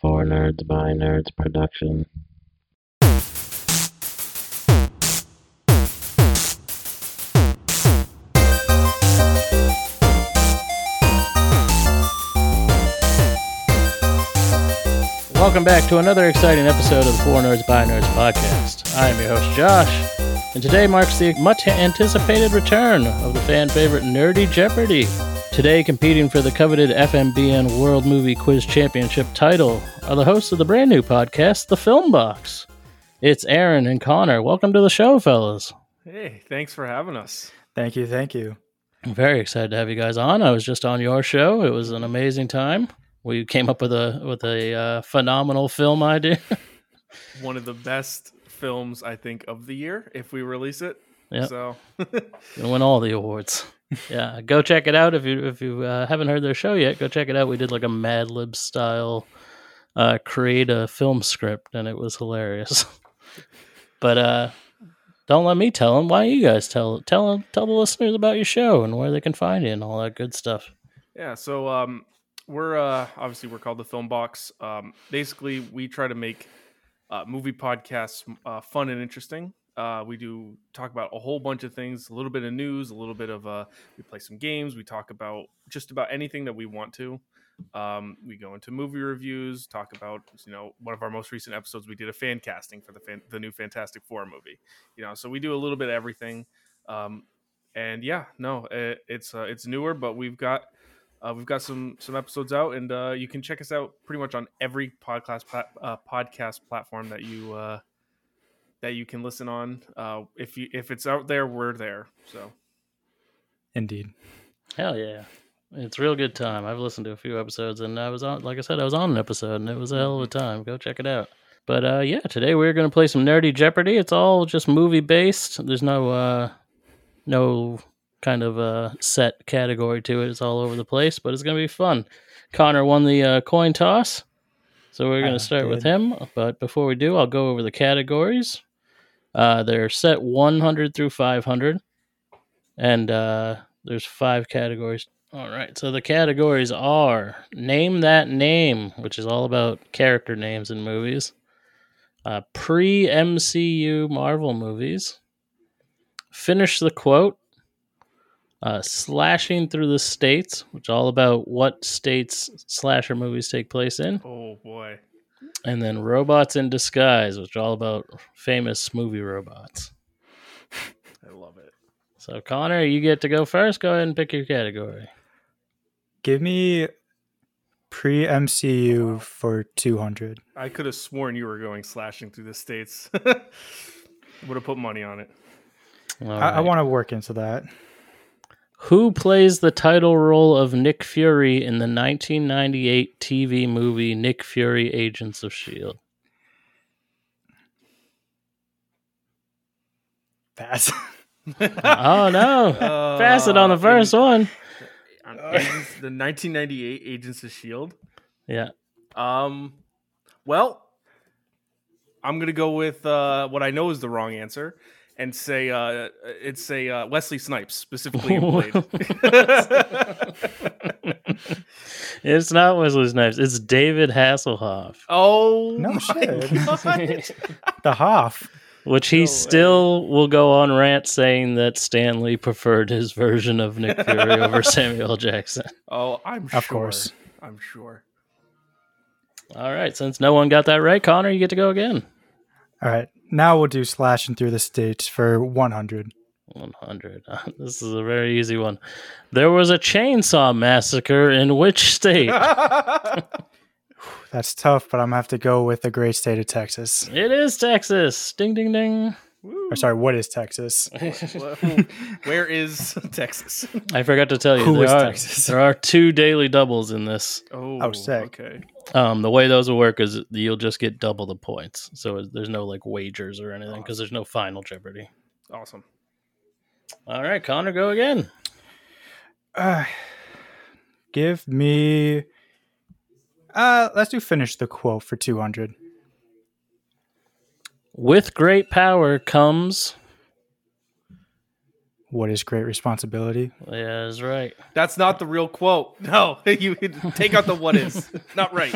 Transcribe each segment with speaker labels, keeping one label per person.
Speaker 1: For Nerds by Nerds production.
Speaker 2: Welcome back to another exciting episode of the Four Nerds by Nerds podcast. I am your host, Josh, and today marks the much anticipated return of the fan favorite Nerdy Jeopardy! Today, competing for the coveted FMBN World Movie Quiz Championship title are the hosts of the brand new podcast, The Film Box. It's Aaron and Connor. Welcome to the show, fellas.
Speaker 3: Hey, thanks for having us.
Speaker 4: Thank you, thank you.
Speaker 2: I'm very excited to have you guys on. I was just on your show, it was an amazing time. We came up with a with a uh, phenomenal film idea.
Speaker 3: One of the best films I think of the year if we release it.
Speaker 2: Yep.
Speaker 3: So
Speaker 2: and win all the awards. yeah, go check it out if you if you uh, haven't heard their show yet. Go check it out. We did like a Mad Lib style uh, create a film script, and it was hilarious. but uh, don't let me tell them. Why don't you guys tell tell tell the listeners about your show and where they can find you and all that good stuff.
Speaker 3: yeah, so um we're uh obviously we're called the Film Box. Um basically we try to make uh movie podcasts uh, fun and interesting. Uh, we do talk about a whole bunch of things, a little bit of news, a little bit of uh we play some games, we talk about just about anything that we want to. Um, we go into movie reviews, talk about you know one of our most recent episodes. We did a fan casting for the fan, the new Fantastic Four movie, you know. So we do a little bit of everything, um, and yeah, no, it, it's uh, it's newer, but we've got uh, we've got some some episodes out, and uh, you can check us out pretty much on every podcast plat- uh, podcast platform that you uh, that you can listen on. Uh, if you if it's out there, we're there. So
Speaker 4: Indeed.
Speaker 2: Hell yeah. It's a real good time. I've listened to a few episodes and I was on like I said, I was on an episode and it was a hell of a time. Go check it out. But uh yeah, today we're gonna play some nerdy Jeopardy. It's all just movie based. There's no uh no kind of uh set category to it. It's all over the place, but it's gonna be fun. Connor won the uh, coin toss. So we're
Speaker 4: I
Speaker 2: gonna start with
Speaker 4: did.
Speaker 2: him. But before we do, I'll go over the categories. Uh they're set one hundred through five hundred. And uh there's five categories. All right. So the categories are Name That Name, which is all about character names in movies, uh, pre MCU Marvel movies, Finish the Quote, uh, Slashing Through the States, which is all about what states slasher movies take place in,
Speaker 3: oh boy,
Speaker 2: and then Robots in Disguise, which are all about famous movie robots.
Speaker 3: I love it.
Speaker 2: So, Connor, you get to go first. Go ahead and pick your category.
Speaker 4: Give me pre MCU for 200.
Speaker 3: I could have sworn you were going slashing through the states. Would have put money on it.
Speaker 2: All
Speaker 4: I, I
Speaker 2: right.
Speaker 4: want to work into that.
Speaker 2: Who plays the title role of Nick Fury in the 1998 TV movie Nick Fury Agents of S.H.I.E.L.D.?
Speaker 4: Pass.
Speaker 2: Oh, no. Pass it on the
Speaker 3: Uh,
Speaker 2: first
Speaker 3: Agent-
Speaker 2: one.
Speaker 3: on Agents- the 1998 Agents of Shield.
Speaker 2: Yeah.
Speaker 3: Um, well, I'm gonna go with uh, what I know is the wrong answer, and say uh, it's a uh, Wesley Snipes specifically. in Blade.
Speaker 2: It's not Wesley Snipes. It's David Hasselhoff,
Speaker 3: oh
Speaker 4: No
Speaker 3: my
Speaker 4: shit.
Speaker 3: God.
Speaker 4: the Hoff.
Speaker 2: which he
Speaker 3: No way.
Speaker 2: still will go on rant saying that Stanley preferred his version of Nick Fury over Samuel L. Jackson.
Speaker 3: Oh, I'm sure.
Speaker 4: Of course.
Speaker 3: I'm sure.
Speaker 2: All right. Since no one got that right, Connor, you get to go again.
Speaker 4: All right. Now we'll do slashing through the states for 100.
Speaker 2: 100. This is a very easy one. There was a chainsaw massacre in which state?
Speaker 4: That's tough, but I'm going to have to go with the great state of Texas.
Speaker 2: it is Texas. Ding, ding, ding.
Speaker 3: Woo.
Speaker 4: Or sorry, what is Texas?
Speaker 3: Well, Where is Texas?
Speaker 2: I forgot to tell you.
Speaker 4: Who
Speaker 2: there
Speaker 4: is
Speaker 2: are,
Speaker 4: Texas?
Speaker 2: There are two daily doubles in this.
Speaker 3: Oh,
Speaker 4: sick.
Speaker 3: Okay.
Speaker 2: Um, the way those will work is you'll just get double the points. So there's no like wagers or anything because there's no final Jeopardy.
Speaker 3: Awesome.
Speaker 2: All right, Connor, go again.
Speaker 4: Uh, give me. Uh, let's do finish the quote for 200.
Speaker 2: With great power comes.
Speaker 4: What is great responsibility?
Speaker 2: Yeah, that's right.
Speaker 3: That's not the real quote. No, you take out the what is. not right.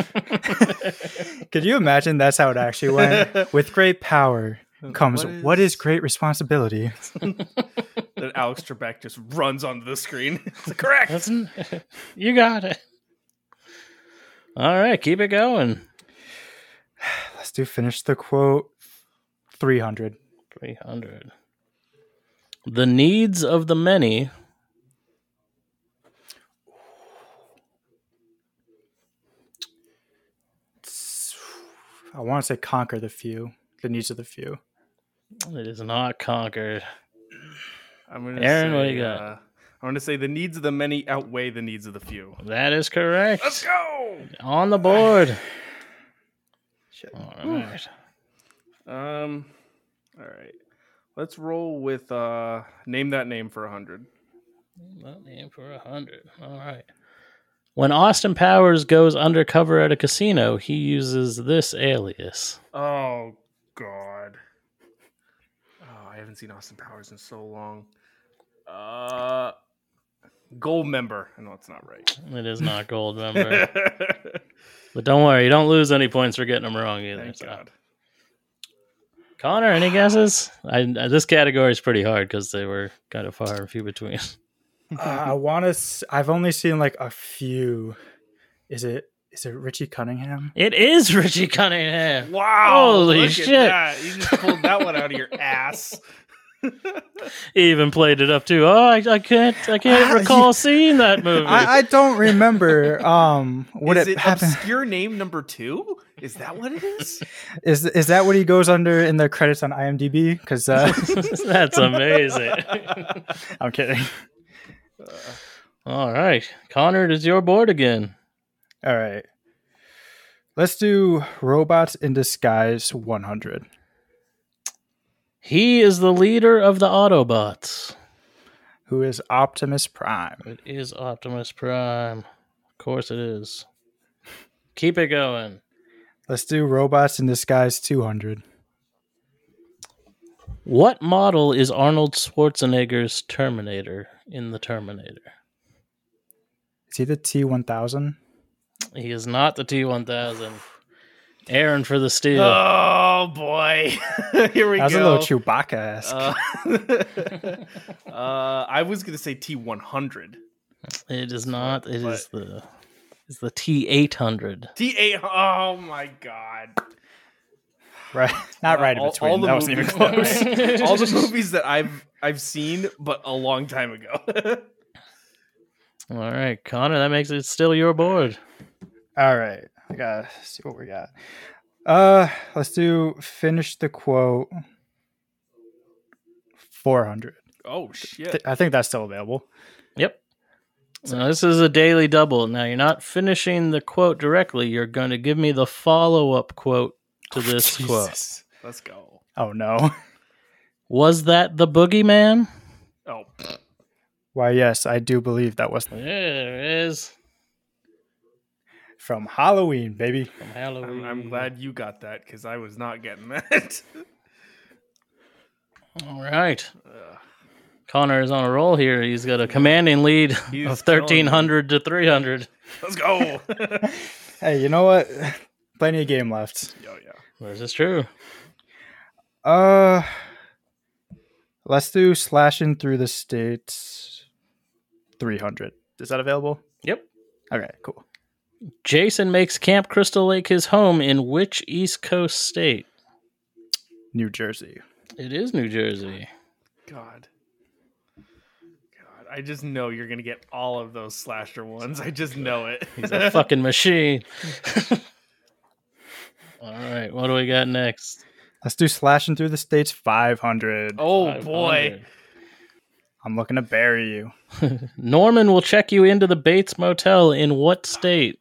Speaker 4: Could you imagine that's how it actually went? With great power comes
Speaker 3: What
Speaker 4: what
Speaker 3: is-
Speaker 4: is great responsibility?
Speaker 3: that Alex Trebek just runs onto the screen. It's like, correct.
Speaker 2: That's n- you got it. All right, keep it going.
Speaker 4: Let's do finish the quote 300.
Speaker 2: 300. The needs of the many.
Speaker 4: I want to say conquer the few, the needs of the few.
Speaker 2: It is not conquered.
Speaker 3: I'm gonna
Speaker 2: Aaron,
Speaker 3: say,
Speaker 2: what do you got?
Speaker 3: Uh, I'm gonna say the needs of the many outweigh the needs of the few.
Speaker 2: That is correct.
Speaker 3: Let's go.
Speaker 2: On the board. All right.
Speaker 3: Um, all right. Let's roll with uh, name that name for a hundred.
Speaker 2: Not aim for a hundred. All right. When Austin Powers goes undercover at a casino, he uses this alias.
Speaker 3: Oh God. Oh, I haven't seen Austin Powers in so long. Uh, gold member. I know it's not right.
Speaker 2: It is not gold member. but don't worry, you don't lose any points for getting them wrong either.
Speaker 3: Thank
Speaker 2: so.
Speaker 3: God.
Speaker 2: Connor, any guesses? I, I- this category is pretty hard because they were kind of far and few between.
Speaker 4: Uh, I want to I've only seen like a few. Is it is it Richie Cunningham?
Speaker 2: It is Richie Cunningham.
Speaker 3: Wow!
Speaker 2: Holy
Speaker 3: look at
Speaker 2: shit.
Speaker 3: that. You just pulled that one out of your ass.
Speaker 2: He even played it up too. Oh, I, I can't, I can't
Speaker 4: Ah,
Speaker 2: recall
Speaker 4: you-
Speaker 2: seeing that movie.
Speaker 4: I, I don't remember um what
Speaker 3: is
Speaker 4: it, happened.
Speaker 3: obscure name number two? Is that what it is?
Speaker 4: Is is that what he goes under in the credits on IMDb? Because uh,
Speaker 2: That's amazing.
Speaker 4: I'm kidding.
Speaker 2: All right, Connor, it is your board again.
Speaker 4: All right, let's do robots in disguise 100.
Speaker 2: He is the leader of the Autobots.
Speaker 4: Who is Optimus Prime?
Speaker 2: It is Optimus Prime. Of course, it is. Keep it going.
Speaker 4: Let's do robots in disguise 200.
Speaker 2: What model is Arnold Schwarzenegger's Terminator in the Terminator?
Speaker 4: Is he the T1000?
Speaker 2: He is not the T one thousand. Aaron for the steal.
Speaker 3: Oh boy! Here we
Speaker 4: That was a
Speaker 3: go.
Speaker 4: little Chewbacca esque.
Speaker 3: Uh, uh, I was gonna say T one hundred.
Speaker 2: it is not. It is the. It's the T eight hundred.
Speaker 3: T eight. Oh my god!
Speaker 4: right, not right in
Speaker 3: all-
Speaker 4: between.
Speaker 3: all the
Speaker 4: that wasn't even
Speaker 3: movies-
Speaker 4: close.
Speaker 3: All the movies that I've I've seen, but a long time ago.
Speaker 2: All right, Connor. That makes it still your board.
Speaker 4: All right, I gotta see what we got. Uh, let's do finish the quote 400.
Speaker 3: oh shit!
Speaker 4: Th- I think that's still available.
Speaker 2: Yep. Now, this is a daily double. Now you're not finishing the quote directly. You're going to give me the follow up quote to this quote.
Speaker 4: Jesus.
Speaker 3: Let's go.
Speaker 4: Oh no.
Speaker 2: Was that the boogeyman?
Speaker 3: Oh,
Speaker 4: Why, yes, I do believe that was
Speaker 2: There it is
Speaker 4: from Halloween, baby.
Speaker 2: from Halloween.
Speaker 3: I'm,
Speaker 4: Oh,
Speaker 3: I'm glad you got that because I was not getting that.
Speaker 2: All right. Connor is on a roll here. He's got a commanding lead
Speaker 3: He's
Speaker 2: of
Speaker 3: killing me.
Speaker 2: 1300 to 300.
Speaker 3: Let's go.
Speaker 4: Hey, you know what? Plenty of game left.
Speaker 3: Oh yeah.
Speaker 2: This is true.
Speaker 4: Uh, let's do slashing through the states. Three hundred. Is that available?
Speaker 2: Yep.
Speaker 4: Okay, cool.
Speaker 2: Jason makes Camp Crystal Lake his home in which East Coast state?
Speaker 4: New Jersey.
Speaker 2: It is New Jersey.
Speaker 3: God. God, I just know you're gonna get all of those slasher ones. I just know it.
Speaker 2: He's a fucking machine. All right, what do we got next?
Speaker 4: Let's do slashing through the states. Five hundred.
Speaker 3: oh
Speaker 2: 500.
Speaker 3: boy.
Speaker 4: I'm looking to bury you.
Speaker 2: Norman will check you into the Bates Motel in what state?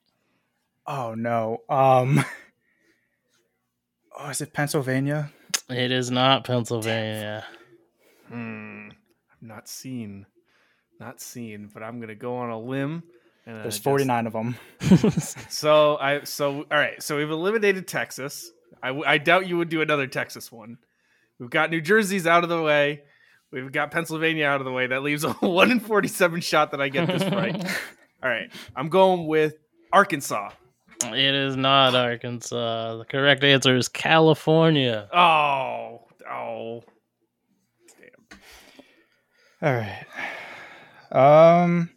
Speaker 4: Oh no. Um. Oh, is it Pennsylvania?
Speaker 3: Uh,
Speaker 2: It is not Pennsylvania.
Speaker 3: Hmm. I've not seen. Not seen, but I'm gonna go on a limb. And I
Speaker 4: There's
Speaker 3: just-
Speaker 4: 49 of them.
Speaker 3: So I so all right. So we've eliminated Texas. I, w- I doubt you would do another Texas one. We've got New Jersey's out of the way. We've got Pennsylvania out of the way. That leaves a one in forty-seven shot that I get this right. all right, I'm going with Arkansas.
Speaker 2: It is not Arkansas. The correct answer is California.
Speaker 3: Oh, oh.
Speaker 4: All right. Um,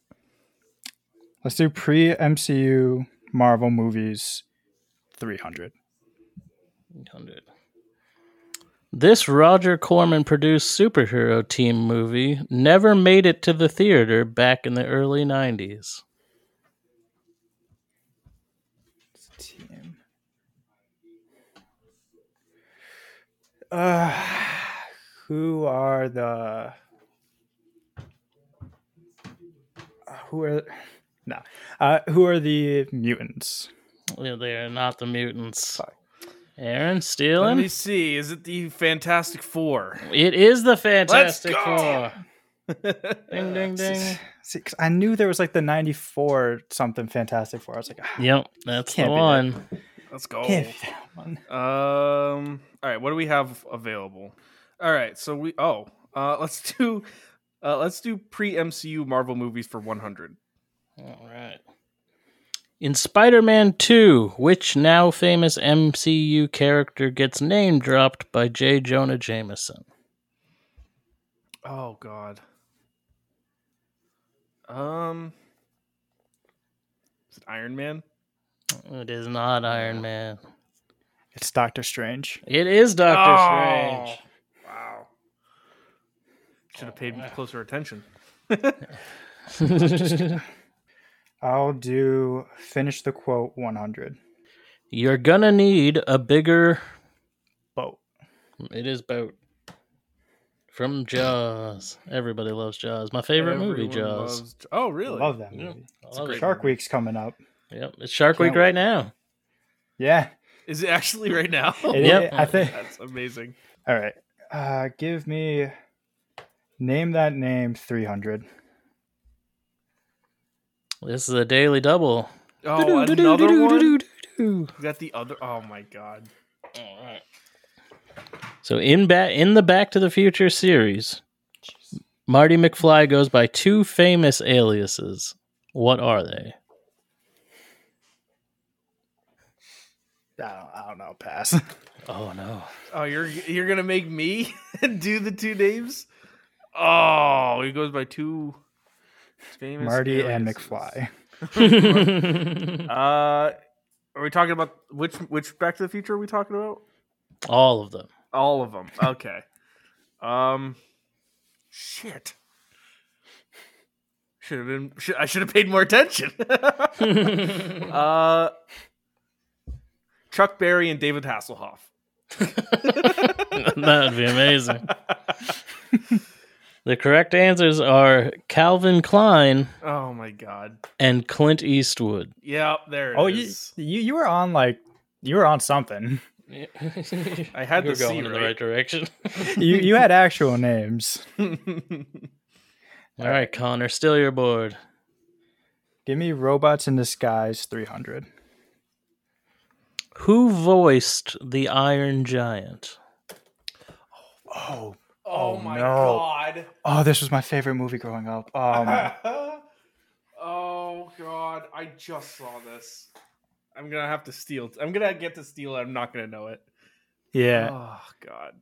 Speaker 4: let's do pre MCU Marvel movies 300.
Speaker 2: 800. This Roger Corman produced superhero team movie never made it to the theater back in the early 90s.
Speaker 4: Team. Uh, who are the. Uh, Who are. No. Uh, who are the mutants?
Speaker 2: Yeah, They are not the mutants.
Speaker 4: Fuck.
Speaker 2: Aaron
Speaker 3: Let me
Speaker 2: Stealing?
Speaker 3: see. Is it the Fantastic Four?
Speaker 2: It is the Fantastic
Speaker 3: go!
Speaker 2: Four. Ding, ding, ding.
Speaker 4: See, 'cause I knew there was like the 94 something Fantastic Four. I was like, ah,
Speaker 2: Yep, that's the
Speaker 4: Can't be that.
Speaker 2: one.
Speaker 3: Let's go.
Speaker 4: can't be that one.
Speaker 3: Um. All right. What do we have available? All right. So we. Oh. Uh. Let's do. Uh. Let's do pre MCU Marvel movies for 100.
Speaker 2: All right. In Spider Man 2, which now famous MCU character gets name dropped by J. Jonah Jameson?
Speaker 3: Oh God. Um. Is it Iron Man?
Speaker 2: It is not Iron Man.
Speaker 4: It's Doctor Strange.
Speaker 2: It is Doctor
Speaker 3: Oh,
Speaker 2: Strange.
Speaker 3: Wow. Should
Speaker 4: Oh,
Speaker 3: have paid closer attention.
Speaker 4: I'll do finish the quote 100.
Speaker 2: You're gonna need a bigger.
Speaker 4: Boat.
Speaker 2: It is boat. From Jaws. Everybody loves Jaws. My favorite movie,
Speaker 3: Everyone
Speaker 2: Jaws.
Speaker 3: loves J- oh, really?
Speaker 4: Love that
Speaker 2: Yeah.
Speaker 4: movie.
Speaker 2: I
Speaker 3: It's a
Speaker 2: love it.
Speaker 3: great
Speaker 4: Shark
Speaker 3: movie.
Speaker 4: Week's coming up.
Speaker 2: Yep, it's Shark
Speaker 4: Can't
Speaker 2: Week right now.
Speaker 4: Yeah.
Speaker 3: Is it actually right now?
Speaker 4: It,
Speaker 2: Yep.
Speaker 4: I think.
Speaker 3: That's amazing.
Speaker 4: All right. Uh, give me name that name 300.
Speaker 2: This is a daily double.
Speaker 3: Oh, another one.
Speaker 2: Doo-doo.
Speaker 3: Is that the other? Oh my god.
Speaker 2: So in ba- in the Back to the Future series, Marty McFly goes by two famous aliases. What are they?
Speaker 4: I don't, I don't know. Pass.
Speaker 2: Oh no.
Speaker 3: Oh, you're you're gonna make me do the two names? Oh, he goes by two famous
Speaker 4: Marty and
Speaker 3: aliases.
Speaker 4: McFly.
Speaker 3: Uh, are we talking about which which Back to the Future? Are we talking about
Speaker 2: All of them.
Speaker 3: all of them? Okay. um, shit. Should have been. Should, I should have paid more attention. uh, Chuck Berry and David Hasselhoff.
Speaker 2: that would be amazing. the correct answers are Calvin Klein
Speaker 3: Oh my god.
Speaker 2: and Clint Eastwood.
Speaker 3: Yeah, there it
Speaker 4: Oh, you,
Speaker 3: is.
Speaker 4: you you were on like you were on something.
Speaker 2: I
Speaker 3: I had
Speaker 2: You're
Speaker 3: the C,
Speaker 2: going in the right direction.
Speaker 4: You you had actual names.
Speaker 3: right?
Speaker 2: All right, Connor, still your board.
Speaker 4: Give me robots in disguise 300.
Speaker 2: Who voiced the Iron Giant?
Speaker 3: oh
Speaker 4: Oh. Oh,
Speaker 3: my
Speaker 4: no. Oh, this was my favorite movie growing up. Um
Speaker 3: god. oh god, I just saw this. I'm gonna have to steal. I'm gonna get to steal. it. I'm not gonna know it.
Speaker 4: yeah,
Speaker 3: Oh god.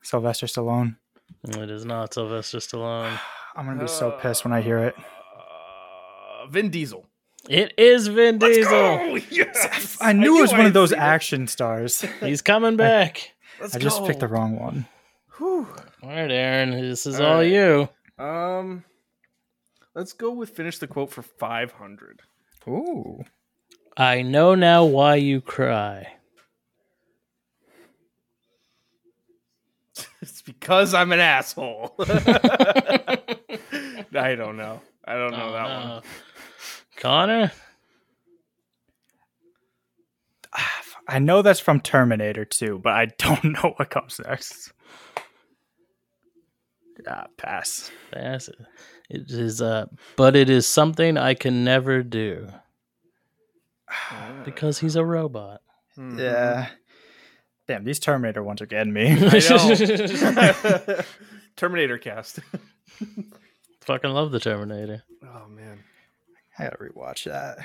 Speaker 4: Sylvester Stallone.
Speaker 2: It is not Sylvester Stallone.
Speaker 4: I'm going to be so pissed when I hear it.
Speaker 3: Uh, Vin Diesel.
Speaker 2: It is Vin
Speaker 3: Let's
Speaker 2: Diesel.
Speaker 3: go! Yes!
Speaker 4: I knew it was one
Speaker 3: I'd
Speaker 4: of those
Speaker 3: seen it.
Speaker 4: action stars.
Speaker 2: He's coming back.
Speaker 3: Let's
Speaker 4: I just picked the
Speaker 3: go.
Speaker 4: wrong one.
Speaker 2: All right, Aaron, this is
Speaker 3: All
Speaker 2: all
Speaker 3: right.
Speaker 2: you.
Speaker 3: Whew. Um, let's go with finish the quote for 500.
Speaker 4: Ooh.
Speaker 2: I know now why you cry.
Speaker 3: It's because I'm an asshole. I don't know. I don't know that
Speaker 2: Oh,
Speaker 3: one.
Speaker 2: no. Connor?
Speaker 4: I know that's from Terminator 2, but I don't know what comes next. Ah, pass.
Speaker 2: That's it. It is uh but it is something I can never do. Because he's a robot.
Speaker 3: Hmm.
Speaker 4: Yeah. Damn, these Terminator ones are getting me.
Speaker 3: I know. Terminator cast.
Speaker 2: Fucking love the Terminator.
Speaker 3: Oh man.
Speaker 4: I gotta rewatch that.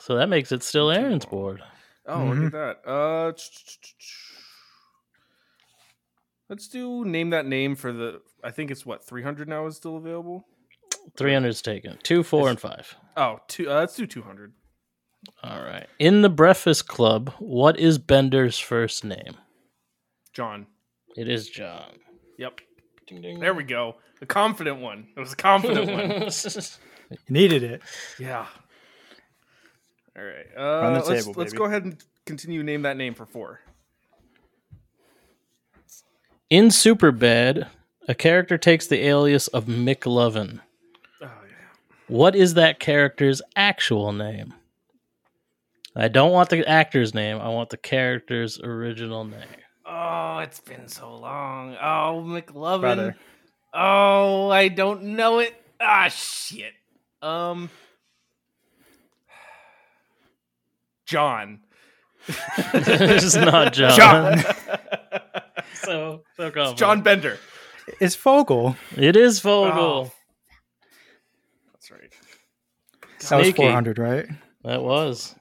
Speaker 2: So that makes it still Aaron's board.
Speaker 3: Oh, look at that. Uh, let's do name that name for the. I think it's what 300 now is still available.
Speaker 2: 300's taken. Two, four, and five.
Speaker 3: Oh, two, uh, let's do 200.
Speaker 2: All right. In the Breakfast Club, what is Bender's first name?
Speaker 3: John.
Speaker 2: It is John.
Speaker 3: Yep.
Speaker 2: Ding, ding.
Speaker 3: There we go. The confident one. It was a confident one.
Speaker 4: Needed it.
Speaker 3: Yeah. All right. Uh,
Speaker 4: the
Speaker 3: let's,
Speaker 4: table,
Speaker 3: let's
Speaker 4: baby.
Speaker 3: go ahead and continue name that name for four.
Speaker 2: In Superbad, a character takes the alias of Mick Lovin.
Speaker 3: Oh, yeah.
Speaker 2: What is that character's actual name? I don't want the actor's name. I want the character's original name.
Speaker 3: Oh, it's been so long. Oh, McLovin.
Speaker 4: Brother.
Speaker 3: Oh, I don't know it. Ah, shit. Um, John.
Speaker 2: this is not John.
Speaker 4: John. Oh,
Speaker 2: So, so
Speaker 3: It's John Bender.
Speaker 4: It's Fogel.
Speaker 2: It is Vogel.
Speaker 3: That's right.
Speaker 4: That was
Speaker 2: Sneaky.
Speaker 4: 400, right?
Speaker 2: That was.
Speaker 3: That was a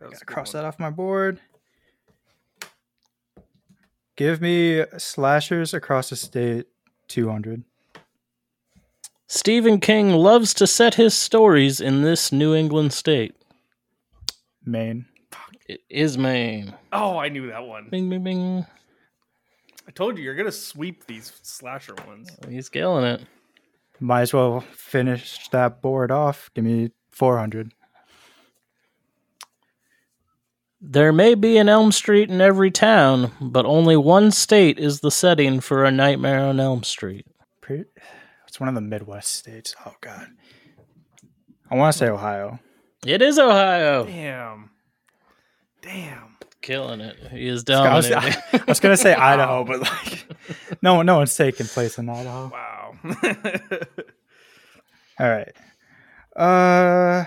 Speaker 4: Gotta
Speaker 3: good
Speaker 4: cross
Speaker 3: one.
Speaker 4: that off my board. Give me slashers across the state 200.
Speaker 2: Stephen King loves to set his stories in this New England state.
Speaker 4: Maine.
Speaker 2: It is Maine.
Speaker 3: Oh, I knew that one.
Speaker 2: Bing, bing, bing.
Speaker 3: I told you you're gonna sweep these slasher ones.
Speaker 2: He's killing it.
Speaker 4: Might as well finish that board off. Give me 400.
Speaker 2: There may be an Elm Street in every town, but only one state is the setting for a Nightmare on Elm Street.
Speaker 4: Pretty, it's one of the Midwest states. Oh, God. I want to say Ohio.
Speaker 2: It is Ohio.
Speaker 3: Damn. Damn.
Speaker 2: Killing it. He is
Speaker 4: I was,
Speaker 2: dominating.
Speaker 4: I was gonna say Idaho, but like, no, no one's taking place in Idaho.
Speaker 3: Wow.
Speaker 4: All right, uh,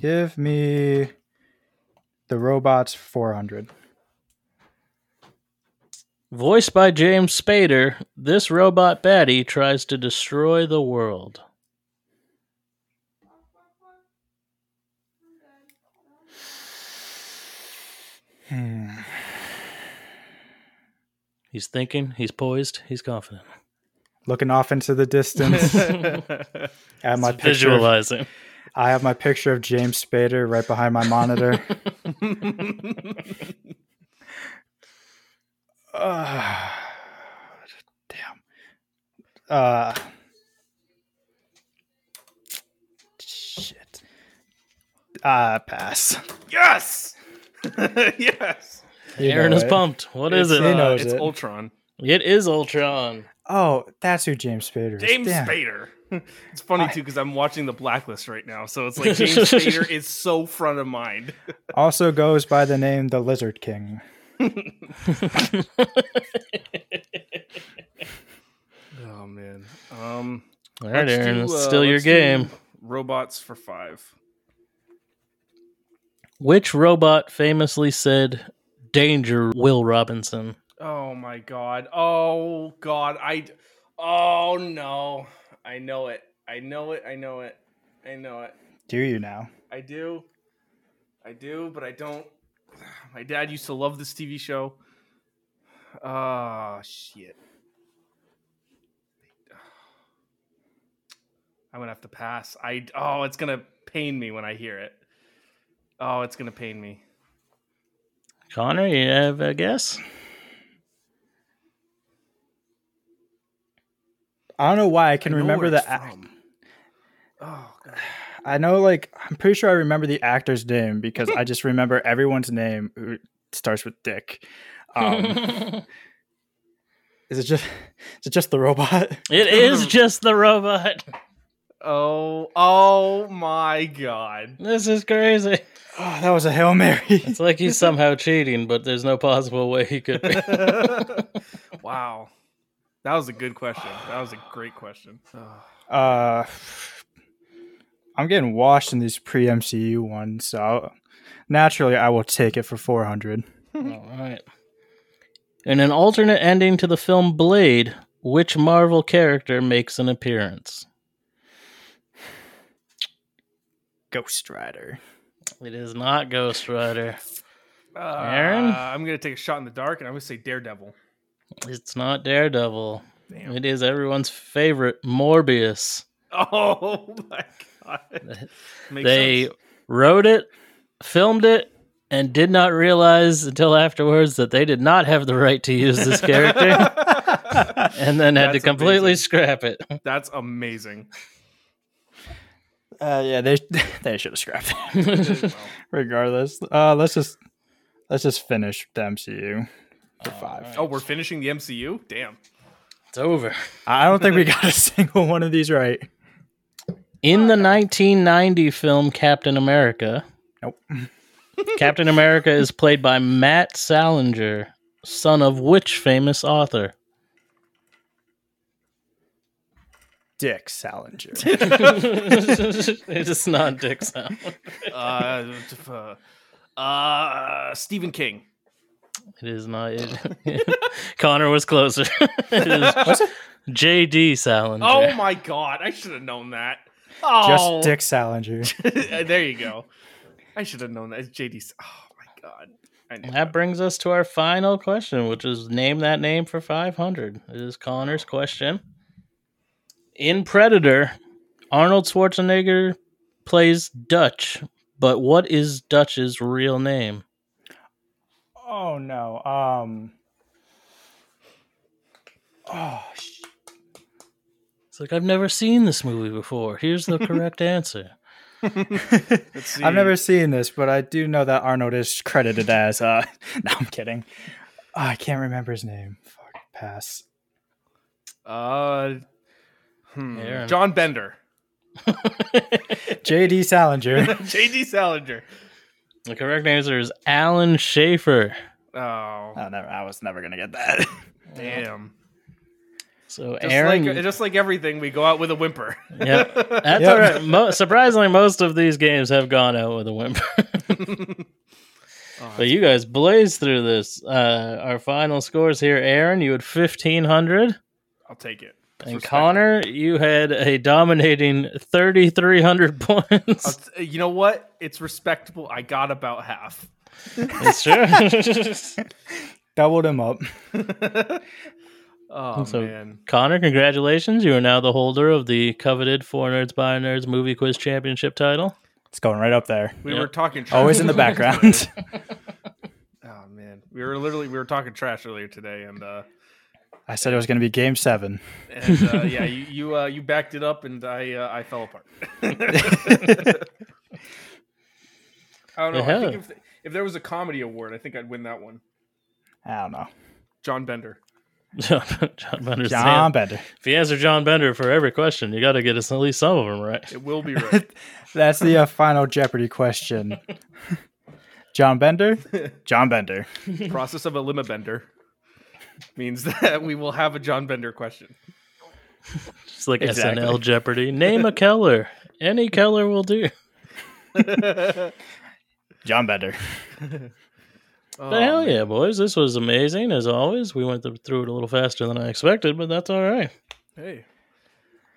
Speaker 4: give me the robots four hundred.
Speaker 2: Voiced by James Spader, this robot baddie tries to destroy the world.
Speaker 4: Hmm.
Speaker 2: He's thinking, he's poised, he's confident.
Speaker 4: Looking off into the distance, I have my
Speaker 2: He's
Speaker 4: picture. of-
Speaker 2: visualizing.
Speaker 4: I have my picture of James Spader right behind my monitor. uh, damn. Uh, shit. Uh, pass.
Speaker 3: yes. yes.
Speaker 4: You
Speaker 2: Aaron
Speaker 4: know
Speaker 2: is
Speaker 4: it.
Speaker 2: pumped. What is
Speaker 3: It's,
Speaker 2: it?
Speaker 4: He
Speaker 3: uh,
Speaker 4: knows
Speaker 3: it's
Speaker 4: it.
Speaker 3: Ultron.
Speaker 2: It is Ultron.
Speaker 4: Oh, that's who James Spader is.
Speaker 3: James
Speaker 4: Damn.
Speaker 3: Spader. It's funny too because I'm watching The Blacklist right now, so it's like James Spader is so front of mind.
Speaker 4: Also goes by the name the Lizard King.
Speaker 3: Oh man. Um.
Speaker 2: All right,
Speaker 3: let's
Speaker 2: Aaron,
Speaker 3: do,
Speaker 2: it's
Speaker 3: uh,
Speaker 2: still your
Speaker 3: let's do
Speaker 2: game.
Speaker 3: Robots for five.
Speaker 2: Which robot famously said, Danger, Will Robinson?
Speaker 3: Oh my god. Oh god. I Oh no. I know it. I know it. I know it. I know it.
Speaker 4: Do you now?
Speaker 3: I do. I do, but I don't. My dad used to love this TV show. Ah, shit. I'm gonna have to pass. I oh, it's gonna pain me when I hear it. Oh, it's gonna pain me.
Speaker 2: Connor, you have a guess?
Speaker 4: I don't know why I can
Speaker 3: I know
Speaker 4: remember
Speaker 3: where
Speaker 4: the
Speaker 3: it's
Speaker 4: act.
Speaker 3: from. Oh god.
Speaker 4: I know, like, I'm pretty sure I remember the actor's name because I just remember everyone's name who starts with Dick. Um, is it just is it just the robot?
Speaker 2: it is just the robot.
Speaker 3: Oh, oh my god.
Speaker 2: This is crazy.
Speaker 4: Oh, that was a hail mary.
Speaker 2: It's like he's somehow cheating, but there's no possible way he could be.
Speaker 3: wow. That was a good question. That was a great question.
Speaker 4: Uh, I'm getting washed in these pre MCU ones, so I'll- naturally I will take it for 400.
Speaker 2: All right. In an alternate ending to the film Blade, which Marvel character makes an appearance?
Speaker 4: Ghost Rider.
Speaker 2: It is not Ghost Rider.
Speaker 3: Uh,
Speaker 2: Aaron?
Speaker 3: I'm gonna take a shot in the dark, and I'm gonna say Daredevil.
Speaker 2: It's not Daredevil.
Speaker 3: Damn.
Speaker 2: It is everyone's favorite Morbius.
Speaker 3: Oh my god. Makes
Speaker 2: they
Speaker 3: sense.
Speaker 2: wrote it, filmed it, and did not realize until afterwards that they did not have the right to use this character, and then had to
Speaker 3: That's
Speaker 2: completely
Speaker 3: amazing.
Speaker 2: scrap it.
Speaker 3: That's amazing.
Speaker 4: Uh, yeah, they they should have scrapped that.
Speaker 3: Well,
Speaker 4: Regardless, uh, let's just let's just finish the MCU for five.
Speaker 3: oh, we're finishing the MCU. Damn.
Speaker 2: It's over.
Speaker 4: I don't think we got a single one of these right.
Speaker 2: In the 1990 film Captain America,
Speaker 4: Nope.
Speaker 2: Captain America is played by Matt Salinger, son of which famous author?
Speaker 4: Dick Salinger.
Speaker 2: it's not Dick Salinger.
Speaker 3: Uh, t- f- uh, uh, Stephen King.
Speaker 2: It is not. It, Connor was closer. it is J.D. Salinger.
Speaker 3: Oh my god! I should have known that. Oh, Uh,
Speaker 4: Just Dick Salinger.
Speaker 3: there you go. I should have known that. It's JD. Oh my god. I knew
Speaker 2: That brings us to our final question, which is name that name for 500. It is Connor's question. In Predator, Arnold Schwarzenegger plays Dutch, but what is Dutch's real name?
Speaker 4: Oh no. Um. Oh, sh-
Speaker 2: It's like, I've never seen this movie before. Here's the correct answer.
Speaker 3: Let's see.
Speaker 4: I've never seen this, but I do know that Arnold is credited as. Uh, no, I'm kidding. Oh, I can't remember his name. Fuck, pass.
Speaker 3: Uh, hmm.
Speaker 2: Aaron.
Speaker 3: John Bender,
Speaker 4: J.D. Salinger.
Speaker 3: JD Salinger.
Speaker 2: The correct answer is Alan Schaefer.
Speaker 3: Oh,
Speaker 2: Uh,
Speaker 4: oh, never, I was never gonna get that.
Speaker 3: damn.
Speaker 2: So
Speaker 3: Just
Speaker 2: Aaron,
Speaker 3: like just like everything, we go out with a whimper. Oh,
Speaker 2: Yep. that's
Speaker 4: Yep.
Speaker 2: all right. Mo- surprisingly, most of these games have gone out with a whimper. but you guys blazed through this. Uh, our final scores here: Aaron, you had fifteen hundred,
Speaker 3: I'll take it. That's
Speaker 2: and
Speaker 3: respectable.
Speaker 2: Connor, you had a dominating thirty three hundred
Speaker 3: I'll
Speaker 2: points.
Speaker 3: t- uh, you know what? It's respectable. I got about half.
Speaker 2: That's true.
Speaker 4: Doubled him up.
Speaker 3: Oh
Speaker 2: So-
Speaker 3: man.
Speaker 2: Connor, congratulations! You are now the holder of the coveted Four Nerds by Nerds Movie Quiz Championship title.
Speaker 4: It's going right up there.
Speaker 3: We
Speaker 2: Yep.
Speaker 3: were talking trash.
Speaker 4: Always in the background.
Speaker 3: Oh man. We were literally we were talking trash earlier today and uh
Speaker 4: I said it was gonna be Game Seven.
Speaker 3: and uh, yeah, you you, uh, you backed it up and I uh, I fell apart. I don't know. I think
Speaker 2: Yeah.
Speaker 3: if, if there was a comedy award, I think I'd win that one.
Speaker 4: I don't know.
Speaker 3: John Bender.
Speaker 2: John, John Bender's
Speaker 4: John Bender.
Speaker 2: If you answer John Bender for every question, you got to get us at least some of them right.
Speaker 3: It will be right.
Speaker 4: That's the uh, final Jeopardy question. John Bender. John Bender.
Speaker 3: Process of a lima bender means that we will have a John Bender question.
Speaker 2: It's like
Speaker 4: Exactly.
Speaker 2: SNL Jeopardy. Name a Keller. Any Keller will do.
Speaker 4: John Bender.
Speaker 3: Oh,
Speaker 2: But hell yeah, boys. This was amazing as always. We went th- through it a little faster than I expected, but that's all right.
Speaker 3: Hey,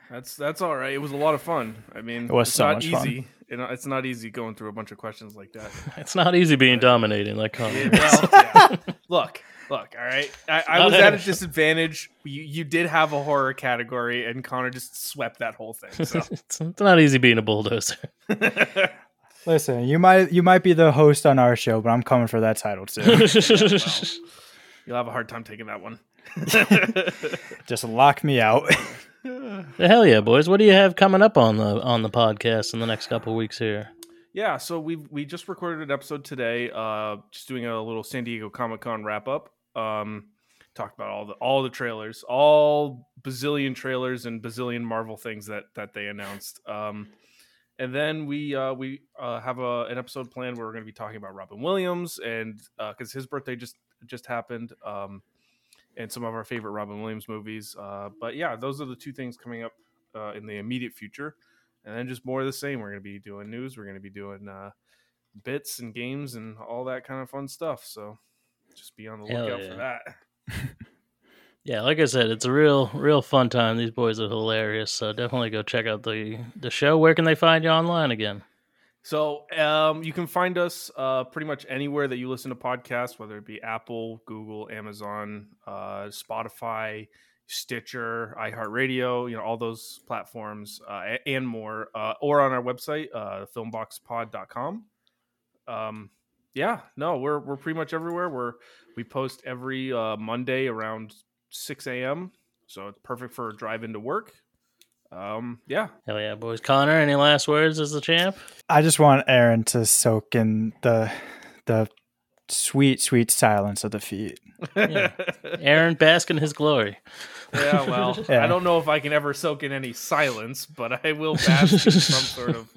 Speaker 3: that's that's all right. It was a lot of fun. I mean,
Speaker 4: It was
Speaker 3: it's
Speaker 4: so
Speaker 3: not
Speaker 4: much fun.
Speaker 3: easy. You know, it's not easy going through a bunch of questions like that.
Speaker 2: It's not easy being dominating like
Speaker 3: Yeah,
Speaker 2: Connor.
Speaker 3: well, yeah. Look, look. All right, I, I
Speaker 2: Not
Speaker 3: was at a
Speaker 2: it.
Speaker 3: disadvantage. You you did have a horror category, and Connor just swept that whole thing. So
Speaker 2: it's it's not easy being a bulldozer.
Speaker 4: Listen, you might you might be the host on our show, but I'm coming for that title too.
Speaker 3: you'll have a hard time taking that one.
Speaker 4: Just lock me out.
Speaker 2: But hell yeah, boys. What do you have coming up on the on the podcast in the next couple weeks here?
Speaker 3: Yeah, so we we just recorded an episode today, uh, just doing a little San Diego Comic Con wrap up. Um, talked about all the all the trailers, all bazillion trailers and bazillion Marvel things that that they announced. Um, and then we uh, we uh, have a, an episode planned where we're going to be talking about Robin Williams and because his birthday just just happened, um, and some of our favorite Robin Williams movies. Uh, but yeah, those are the two things coming up uh, in the immediate future and then just more of the same. We're going to be doing news. We're going to be doing uh, bits and games and all that kind of fun stuff. So just be on the
Speaker 2: Hell
Speaker 3: lookout
Speaker 2: yeah.
Speaker 3: for that.
Speaker 2: Yeah, like I said, it's a real real fun time. These boys are hilarious, so definitely go check out the the show. Where can they find you online again?
Speaker 3: So um, you can find us uh, pretty much anywhere that you listen to podcasts, whether it be Apple, Google, Amazon, uh, Spotify, Stitcher, iHeartRadio, you know, all those platforms uh, a- and more, uh, or on our website, uh, filmboxpod.com. Um, yeah, no, we're we're pretty much everywhere. We're we post every uh, Monday around six a.m. So it's perfect for a drive into work. Um, yeah,
Speaker 2: Hell yeah, boys. Connor, any last words as the champ?
Speaker 4: I just want Aaron to soak in the the sweet, sweet silence of defeat.
Speaker 2: Yeah. Aaron, bask in his glory.
Speaker 3: Yeah, well,
Speaker 4: Yeah.
Speaker 3: I don't know if I can ever soak in any silence, but I will bask in some sort of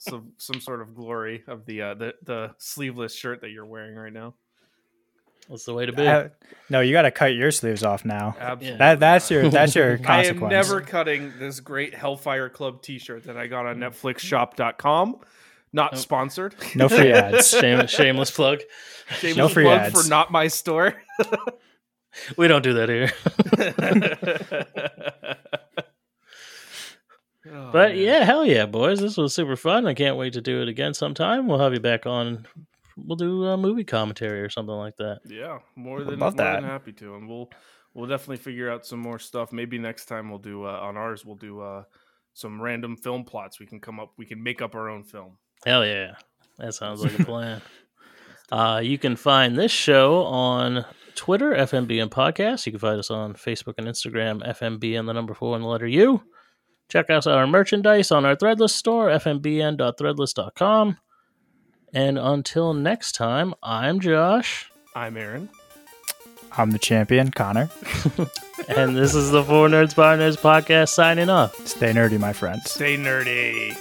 Speaker 3: some some sort of glory of the uh, the the sleeveless shirt that you're wearing right now.
Speaker 2: That's the way to be.
Speaker 4: I- no, you got to cut your sleeves off now.
Speaker 3: Absolutely.
Speaker 4: That that's your that's your
Speaker 3: I am
Speaker 4: consequence.
Speaker 3: never cutting this great Hellfire Club T-shirt that I got
Speaker 4: Mm.
Speaker 3: on NetflixShop.com. Not
Speaker 2: Nope.
Speaker 3: sponsored.
Speaker 4: No free ads.
Speaker 2: Shame, shameless plug.
Speaker 3: Shameless
Speaker 4: No free
Speaker 3: plug
Speaker 4: ads.
Speaker 3: for not my store.
Speaker 2: We don't do that here.
Speaker 3: Oh,
Speaker 2: But
Speaker 3: man.
Speaker 2: yeah, hell yeah, boys. This was super fun. I can't wait to do it again sometime. We'll have you back on. We'll do a movie commentary or something like that.
Speaker 3: Yeah, more
Speaker 4: Would
Speaker 3: than
Speaker 4: love
Speaker 3: more than
Speaker 4: that.
Speaker 3: happy to, and we'll we'll definitely figure out some more stuff. Maybe next time we'll do uh, on ours. We'll do uh, some random film plots. We can come up. We can make up our own film.
Speaker 2: Hell yeah. That sounds like a plan. Uh, you can find this show on Twitter, FMBN Podcast. You can find us on Facebook and Instagram, FMBN, the number four and the letter U. Check out our merchandise on our Threadless store, fmbn.threadless.com. And until next time, I'm Josh,
Speaker 3: I'm Aaron.
Speaker 4: I'm the champion, Connor.
Speaker 2: and this is the Four Nerds by Nerds podcast signing off.
Speaker 4: Stay nerdy, my friends.
Speaker 3: Stay nerdy.